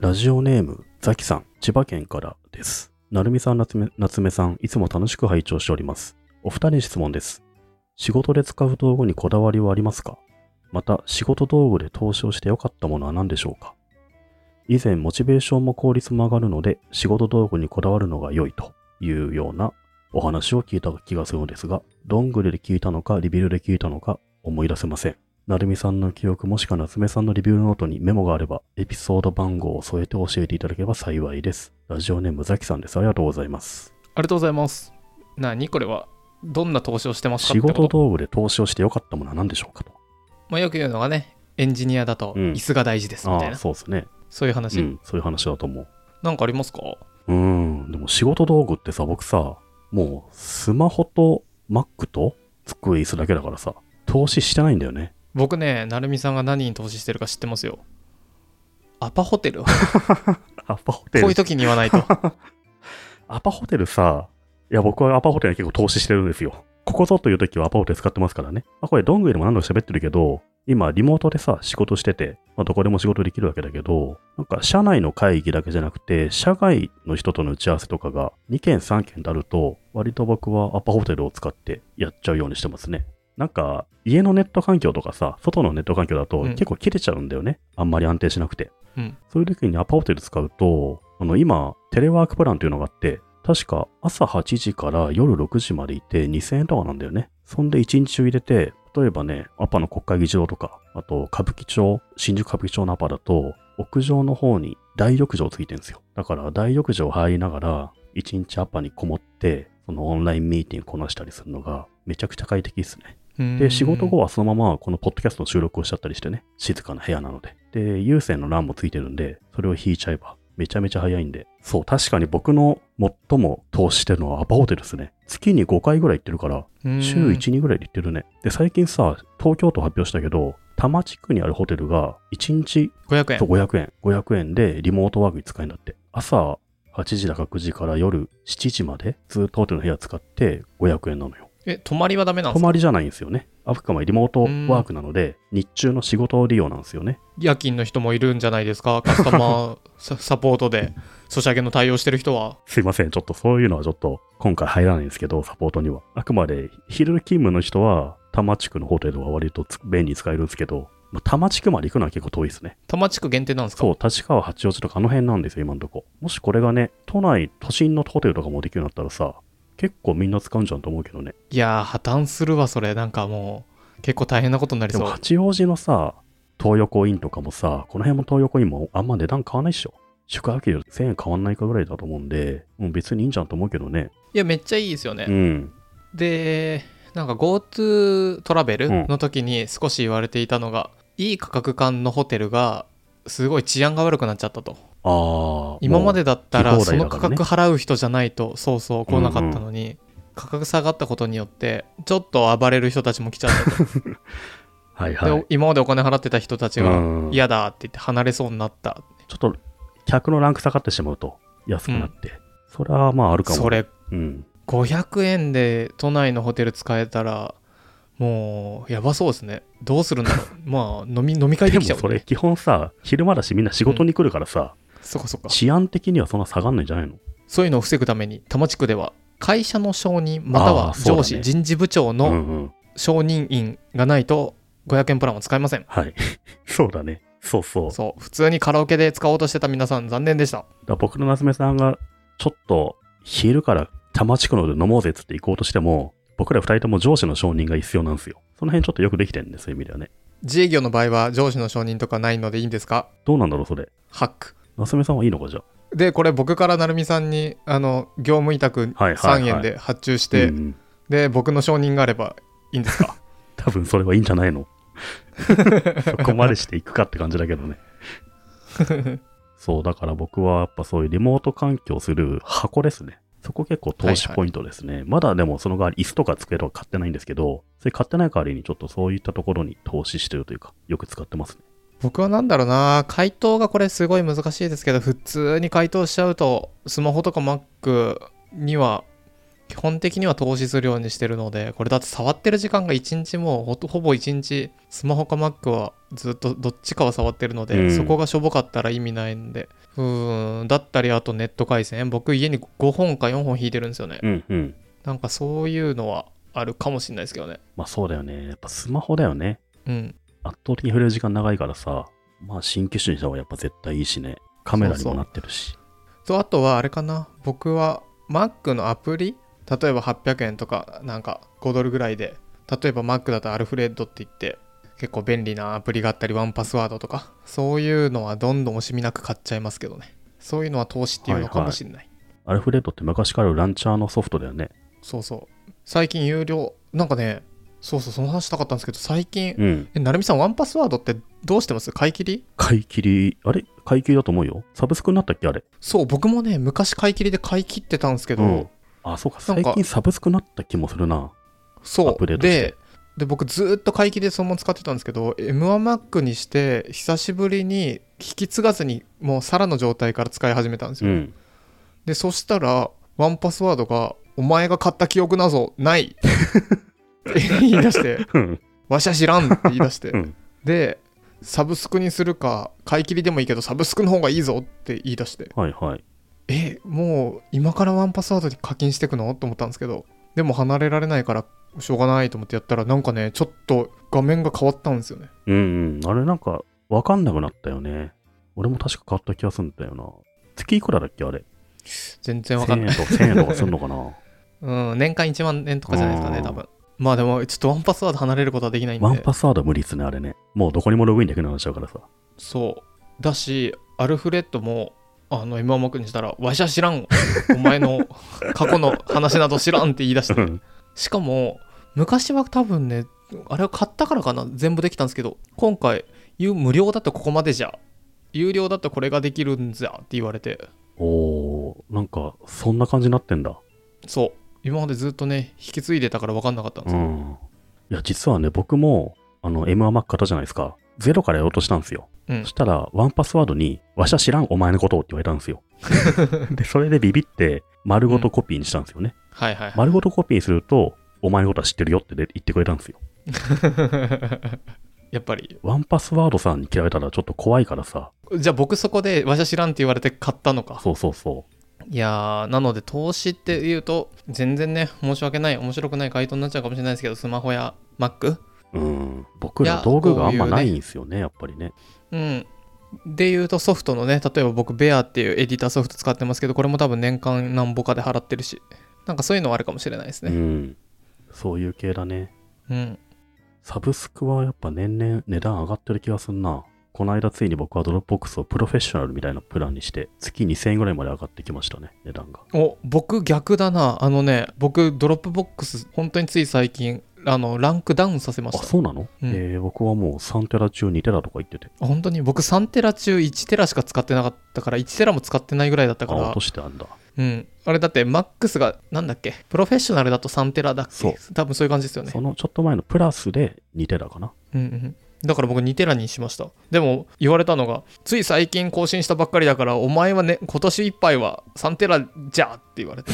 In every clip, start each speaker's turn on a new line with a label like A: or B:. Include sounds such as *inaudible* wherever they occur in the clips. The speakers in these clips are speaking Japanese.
A: ラジオネーム、ザキさん、千葉県からです。なるみさん、なつめ夏目さん、いつも楽しく拝聴しております。お二人に質問です。仕事で使う道具にこだわりはありますかまた、仕事道具で投資をして良かったものは何でしょうか以前、モチベーションも効率も上がるので、仕事道具にこだわるのが良いというようなお話を聞いた気がするのですが、どんぐりで聞いたのか、リビルで聞いたのか、思い出せません。なるみさんの記憶もしくは夏目さんのリビューノートにメモがあれば、エピソード番号を添えて教えていただければ幸いです。ラジオネームザキさんです。ありがとうございます。
B: ありがとうございます。何これはどんな投資をしてますか
A: 仕
B: ってこ
A: 事
B: と、
A: 道具で投資をして良かったものは何でしょうかと。
B: まあ、よく言うのがね、エンジニアだと
A: うん
B: 椅子が大事ですみたい
A: あ
B: な、
A: あ、
B: そ
A: そうですね。
B: ういう
A: う
B: 話、
A: ん、そういう話だと思う。
B: なんかありますか
A: うーん、でも仕事道具ってさ、僕さ、もうスマホと Mac と机椅子だけだからさ、投資してないんだよね。
B: 僕ね、成美さんが何に投資してるか知ってますよ。アパホテルこ
A: *laughs* アパホ
B: う
A: テル
B: いう時に言わない
A: *laughs*
B: と。
A: アパホテルさ、いや、僕はアパホテルに結構投資してるんですよ。ここぞという時はアパホテル使ってますからね。まあ、これ、どんぐりでも何度か喋ってるけど、今、リモートでさ、仕事してて、まあ、どこでも仕事できるわけだけど、なんか、社内の会議だけじゃなくて、社外の人との打ち合わせとかが2件3件であると、割と僕はアパホテルを使ってやっちゃうようにしてますね。なんか、家のネット環境とかさ、外のネット環境だと
B: うん
A: 結構切れちゃうんだよね。あんまり安定しなくて。
B: うん
A: そういう時にアパホテル使うと、あの、今、テレワークプランというのがあって、確か朝8時から夜6時までいて2000円とかなんだよね。そんで1日中入れて、例えばね、アパの国会議事堂とか、あと歌舞伎町、新宿歌舞伎町のアパだと、屋上の方に大浴場ついてるんですよ。だから大浴場入りながら、1日アパにこもって、そのオンラインミーティングこなしたりするのが、めちゃくちゃ快適ですね。で、仕事後
B: は
A: はそのままこのポッドキャストの収録をしちゃったりしてね、静かな部屋なので。で、有線の欄もついてるんで、それを引いちゃえば、めちゃめちゃ早いんで。そう、確かに僕の最も投資してるのはアパホテルですね。月に5回ぐらい行ってるから、週1、2ぐらいで行ってるね。で、最近さ、東京都発表したけど、多摩地区にあるホテルが、1日
B: 500
A: と
B: 円。
A: 500円、500円でリモートワークに使えるんだって。朝8時だか9時から夜7時まで、ずっとホテルの部屋使って500円なのよ。
B: え、泊まりはダメなんで
A: 泊
B: すか
A: まりじゃないんですよね。あくまでリモートワークなので、日中の仕事利用なんですよね。 *laughs*
B: 夜勤の人もいるんじゃないですかカスタマーササポートで、ソシャゲの対応してる人は。
A: すいません、ちょっとそういうのはちょっと今回入らないんですけど、サポートには。あくまで昼勤務の人は、多摩地区のホテルは割とつ便利に使えるんですけど、まあ多摩地区まで行くのは結構遠いですね。
B: 多摩地区限定なんですか
A: そう、立川八王子とかあの辺なんですよ、今のとこ。もしこれがね、都内、都心のホテルとかもできるようになったらさ、結構みんな使うんじゃんと思うけどね。
B: いやー、破綻するわ、それ。なんかもう、結構大変なことになり
A: で
B: そ
A: も
B: う。
A: 八王子のさ、東横インとかもさ、この辺も東横インもあんま値段変わんないっしょ。宿泊料1000円変わんないかぐらいだと思うんで、うん、別にいいんじゃんと思うけどね。
B: いや、めっちゃいいですよね。
A: うん。
B: で、なんか GoTo トラベル
A: うん
B: の時に少し言われていたのが、いい価格感のホテルが、すごい治安が悪くなっちゃったと。
A: ああ。
B: 今までだったら、
A: もう
B: そ
A: 聞き放題
B: の
A: だか
B: 価
A: らね
B: 格払う人じゃないと、そうそう、来なかったのに、価格下がったことによって、ちょっと暴れる人たちも来ちゃったと。
A: もう。はいはい
B: で。今までお金払ってた人たちが、
A: うん
B: 嫌だって言って離れそうになった。
A: ちょっと、客のランク下がってしまうと、安くなって。それはまああるかも。
B: それ
A: うん。
B: 500円で都内のホテル使えたらもうやばそうですねどうするんだろうまあ飲み飲み会
A: で
B: で
A: も
B: きちゃう、ね、
A: それ基本さ、昼間だしみんな仕事に来るからさ、
B: そっかそっか
A: 治安的にはそんな下がんないんじゃないの
B: そういうのを防ぐために多摩地区では会社の承認また
A: あー
B: は
A: そうだね
B: 上司、人事部長
A: う
B: の
A: んうん。
B: 承認員がないと500円プランは使えません
A: はい。 *laughs* そうだね。そうそう。
B: そう普通にカラオケで使おうとしてた皆さん残念でした
A: だから僕の夏目さんが、ちょっと昼から多摩地区ので飲もうぜっつって行こうとしても、僕ら二人とも上司の承認が必要なんですよ。その辺ちょっとよくできてるんで、そういう意味ではね。
B: 自営業の場合は上司の承認とかないのでいいんですか
A: どうなんだろう、それ。
B: ハック
A: 夏目さんはいいのか、じゃ
B: でこれ僕から成美さんにあの業務委託
A: はいはいはい
B: 3円で発注し
A: あ。
B: て、
A: うんうん、
B: で僕の承認があればいいんですか
A: 多分それはいいんじゃない *laughs* のそこまでしていくかって感じだけどね。そう、だから僕はやっぱそういうリモート環境する箱ですね。そこ結構投資ポイントですね。まだでもその代わり椅子とか机とか買ってないんですけど、それ買ってない代わりにちょっとそういったところに投資してるというか、よく使ってますね。
B: 僕はなんだろうな回答がこれすごい難しいですけど普通に回答しちゃうとスマホとか Mac には基本的には投資するようにしてるのでこれだって触ってる時間が1日もうほとほぼ1日スマホか Mac はずっとどっちかは触ってるので、
A: うん
B: そこがしょぼかったら意味ないんでうーんだったりあとネット回線僕家に5本か4本引いてるんですよね
A: うんうん。
B: なんかそういうのはあるかもしれないですけどね
A: まあそうだよね。やっぱスマホだよね。
B: うん
A: 圧倒的に触れる時間長いからさ、まあ新機種にした方がやっぱ絶対いいしね。カメラにもなってるし。
B: とあとはあれかな僕は Mac のアプリ例えば800円とかなんか5ドルぐらいで例えば Mac だとアルフレッドって言って結構便利なアプリがあったりワンパスワードとかそういうのはどんどん惜しみなく買っちゃいますけどねそういうのは投資っていうのかもしれない、
A: アルフレッドって昔からあるランチャーのソフトだよね。
B: そうそう最近有料なんかねそうそうその話したかったんですけど最近、
A: うん。
B: えなるみさんワンパスワードってどうしてます買い切り
A: 買い切り、あれ買い切りだと思うよ。サブスクになったっけあれ。
B: そう僕もね昔買い切りで買い切ってたんですけど、
A: うんあ、そうか。
B: な
A: 最
B: んか
A: 近サブスクになった気もするな。
B: そう
A: アップデートして
B: でで僕ずーっと買い切りでそのまま使ってたんですけど M1Mac にして久しぶりに引き継がずにもうサラの状態から使い始めたんです
A: う
B: よ、
A: ん。
B: でそしたらワンパスワードが「お前が買った記憶なぞない」って言い
A: *laughs*
B: 出して
A: うん
B: 「わしゃ知らん」って言い出して、
A: うん
B: でサブスクにするか買い切りでもいいけどサブスクの方がいいぞって言い出して
A: はいはい。
B: えもう今からワンパスワードに課金してくのと思ったんですけどでも離れられないからしょうがないと思ってやったらなんかねちょっと画面が変わったんですよね
A: うんうん。あれなんか、わかんなくなったよね。俺も確か買った気がするんだよな。月いくらだっけあれ。
B: 全然わかん
A: 1000円
B: ない、
A: とか1000円とかする
B: *laughs*
A: のかな。
B: うん、年間1万円とかじゃないですか
A: う
B: ね
A: ん
B: 多分まあでもちょっとワンパスワード離れることはできないんで
A: ワンパスワード無理っすね、あれね。もうどこにもログインできるようになっちゃうからさ。
B: そうだしアルフレッドもあの M1 マックにしたら「わしゃ知らんお前の過去の話など知らん」って言い出してしかも昔は多分ねあれを買ったからかな全部できたんですけど今回有無料だとここまでじゃ有料だとこれができるんじゃって言われて
A: おー、なんか、そんな感じになってんだ。
B: そう今までずっとね引き継いでたから分かんなかったんで
A: う
B: すよ、
A: ん。いや、実はね、僕も、あの、M1Mac 型じゃないですか。ゼロからやろうとしたんですよ。
B: うん
A: そしたら、ワンパスワードに、わしゃ知らんお前のことをって言われたん *laughs* ですよ。で、それでビビって、丸ごとコピーにしたんですよね。
B: はいはいはい
A: 丸ごとコピーすると、お前のことは知ってるよってで言ってくれたんですよ。
B: *laughs* やっぱり
A: ワンパスワードさんに嫌われたらちょっと怖いからさ。
B: じゃあ僕そこで「わしゃ知らん」って言われて買ったのか
A: そうそうそう。
B: いやーなので投資っていうと全然ね申し訳ない面白くない回答になっちゃうかもしれないですけどスマホや Mac
A: うん。僕
B: い
A: ら
B: や
A: 道具があんま
B: こういうね
A: ないんですよね、やっぱりね。
B: うん。で言うとソフトのね、例えば僕、ベアっていうエディターソフト使ってますけど、これも多分年間何ぼかで払ってるし、なんかそういうのはあるかもしれないです
A: う
B: ね。
A: ん。そういう系だね。
B: うん。
A: サブスクはやっぱ年々値段上がってる気がすんな。この間ついに僕はドロップボックスをプロフェッショナルみたいなプランにして、月2000円ぐらいまで上がってきましたね、値段が。
B: お、僕逆だな。あのね、僕、ドロップボックス、本当につい最近、あの、ランクダウンさせま
A: あ、
B: した。
A: そうなの、
B: うん
A: えー、僕はもう3テラ中2テラとか言ってて。
B: 本当に僕3テラ中1テラしか使ってなかったから、1テラも使ってないぐらいだったか
A: あ、落
B: ら
A: と、してあんだ。
B: うん。あれだって、マックスが、なんだっけ、プロフェッショナルだと3テラだっ
A: そう
B: け多分そういう感じですよね
A: そ。のちょっと前のプラスで2テラかな。
B: うんうん、だから僕2テラにしましたでも言われたのがつい最近更新したばっかりだからお前はね今年いっぱいは3テラじゃって言わ *laughs* れて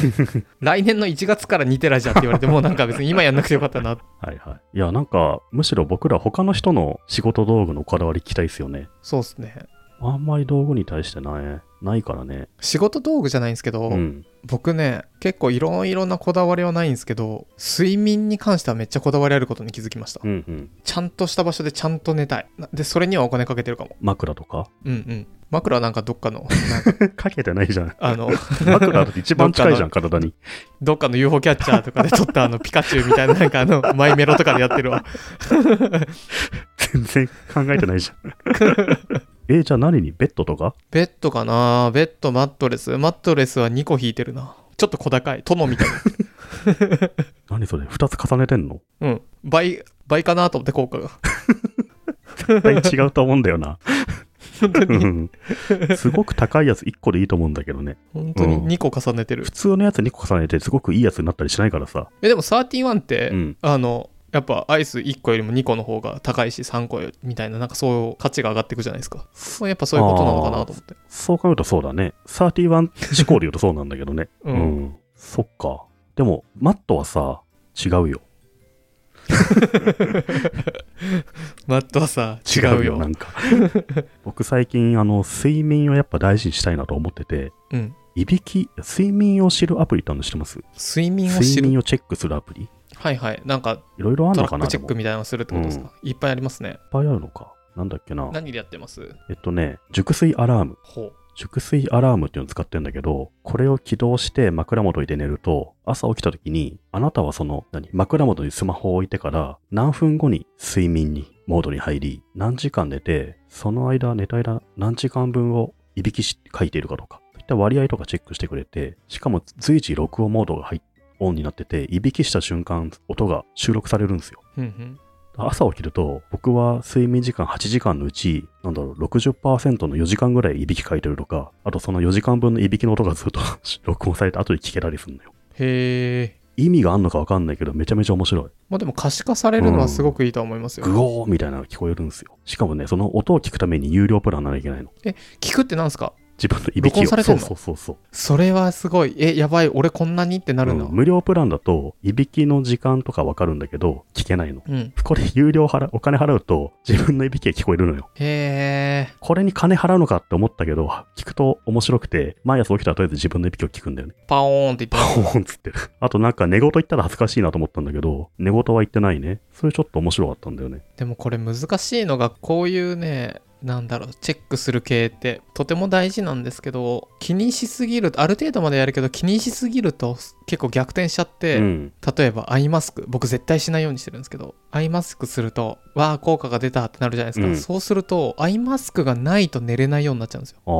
B: 来年の1月から2テラじゃって言われてもうなんか別に今やんなくてよかったな
A: はいはい。いや、なんか、むしろ僕ら他の人の仕事道具のこだわり聞きたいですよね。
B: そうっすね
A: あんまり道具に対してない、ないからね。
B: 仕事道具じゃないんですけど、
A: うん。
B: 僕ね結構いろいろなこだわりはないんですけど睡眠に関してはめっちゃこだわりあることに気づきました、
A: うんうん。
B: ちゃんとした場所でちゃんと寝たいなでそれにはお金かけてるかも
A: 枕とか
B: うんうん枕はなんかどっかのなんか
A: *laughs* かけてないじゃん。
B: あの
A: 枕だって一番近いじゃん、体に。
B: どっかの UFO キャッチャーとかで撮ったあのピカチュウみたいななんかあのマイメロとかでやってるわ。
A: 全然考えてないじゃん。えじゃあ何にベッドとか
B: *laughs* ベッドかなベッド、マットレス。マットレスは2個引いてるな。ちょっと小高い。殿みたいな。
A: 何それ ?2 つ重ねてんの
B: うん。倍、倍かなと思って効果が。
A: 絶対違うと思うんだよな。
B: 本当に、
A: うんすごく高いやつ1個でいいと思うんだけどね。
B: 本当
A: うん
B: に2個重ねてる
A: 普。通のやつ2個重ねてすごくいいやつになったりしないからさ。
B: え、でも31って、
A: うん。
B: あの、やっぱアイス1個よりも2個の方が高いし3個よりみたいな、なんかそう価値が上がっていくじゃないですか。まあやっぱそういうことなのかなと思って。
A: そう考えるとそうだね。31思考で言うとそうなんだけどね。
B: うん
A: うんそっか。でも、マットはさ、違うよ。
B: マットはさ、違うよ。
A: なんか。僕最近、あの、睡眠をやっぱ大事にしたいなと思ってて、
B: うん。
A: いびき、睡眠を知るアプリってあるの知ってます
B: 睡眠を知
A: 睡
B: る。
A: 眠をチェックするアプリ
B: はいはい。なんか、
A: いろいろあるの
B: トラ
A: か
B: ッ
A: な
B: クチェック
A: でもいっ
B: みたいなのするってことですか、いっぱいありますね。
A: ぱいあるのか。なんだっけな。
B: 何でやってます
A: えっとね、熟睡アラーム。
B: ほ
A: 熟睡アラームっていうのを使ってるんだけど、これを起動して枕元に入れ寝ると、朝起きた時に、あなたはその、何、枕元にスマホを置いてから、何分後に睡眠に、モードに入り、何時間寝て、その間、寝た間、何時間分をいびきし書いているかとか、そういった割合とかチェックしてくれて、しかも随時録音モードが入っオンになってて、いびきした瞬間、音が収録されるんですよ。
B: う。うん
A: 朝起きると、僕は睡眠時間8時間のうち、なんだろう、60%の4時間ぐらいいびきかいてるとか、あとその4時間分のいびきの音がずっと *laughs* 録音されて後で聞けたりするのよ。
B: うん。へえ。
A: 意味があんのかわかんないけど、めちゃめちゃ面白い。
B: まあでも可視化されるのはすごくいいと思いますよ。
A: グオーみたいなのが聞こえるんですよ。しかもね、その音を聞くために有料プランならいけないの。
B: 聞くってなんですか
A: 自分のいびきを。
B: 録音されてんの
A: そうそうそうそう。
B: それはすごい。え、やばい。俺こんなにってなるな。
A: うん
B: う
A: 無料プランだと、いびきの時間とかわかるんだけど、聞けないの。
B: ん。へ
A: これ有料払う、お金払うと、自分のいびきが聞こえるのよ。
B: え。
A: これに金払うのかって思ったけど、聞くと面白くて、毎朝起きたらとりあえず自分のいびきを聞くんだよね。
B: パオーンって
A: パ *laughs*
B: 言っ
A: ー
B: て
A: ンっつってる。あとなんか寝言言ったら恥ずかしいなと思ったんだけど、寝言は言ってないね。それちょっと面白かったんだよね。
B: でもこれ難しいのがこういうねなんだろうチェックする系ってとても大事なんですけど気にしすぎるある程度までやるけど気にしすぎると結構逆転しちゃって、
A: うん。
B: 例えばアイマスク僕絶対しないようにしてるんですけどアイマスクするとわあ効果が出たってなるじゃないですか、
A: うん
B: そうするとアイマスクがないと寝れないようになっちゃうんですよ
A: あ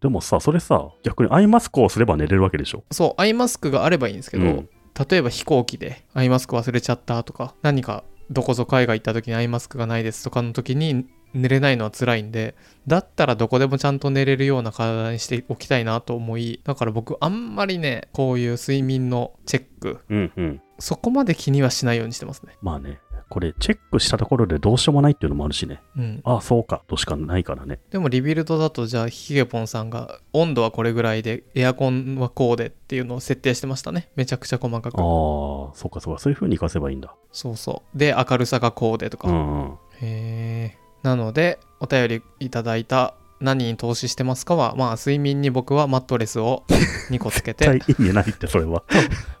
A: ー。でもさ、それさ、逆にアイマスクをすれば寝れるわけでしょ。
B: そうアイマスクがあればいいんですけど、
A: うん
B: 例えば飛行機でアイマスク忘れちゃったとか何かどこぞ海外行った時にアイマスクがないですとかの時に寝れないのは辛いんでだったらどこでもちゃんと寝れるような体にしておきたいなと思いだから僕あんまりねこういう睡眠のチェック
A: うんうん。
B: そこまで気にはしないようにしてますね
A: まあね、これチェックしたところでどうしようもないっていうのもあるしね。
B: うん
A: ああ、そうか、としかないからね。
B: でもリビルドだとじゃあヒゲポンさんが温度はこれぐらいでエアコンはこうでっていうのを設定してましたねめちゃくちゃ細か
A: あ
B: く
A: あ、そうかそうか、そういう風に活かせばいいんだ。
B: そうそうで明るさがこうでとか、
A: うんうん。
B: へえなのでお便りいただいた何に投資してますかはまあ睡眠に僕はマットレスを2個つけ
A: 絶対
B: て
A: 意味ないって、それは。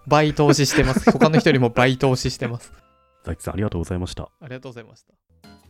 B: 倍投資してます他の人よりも倍投資してます
A: ザキさん、ありがとうございました。
B: ありがとうございました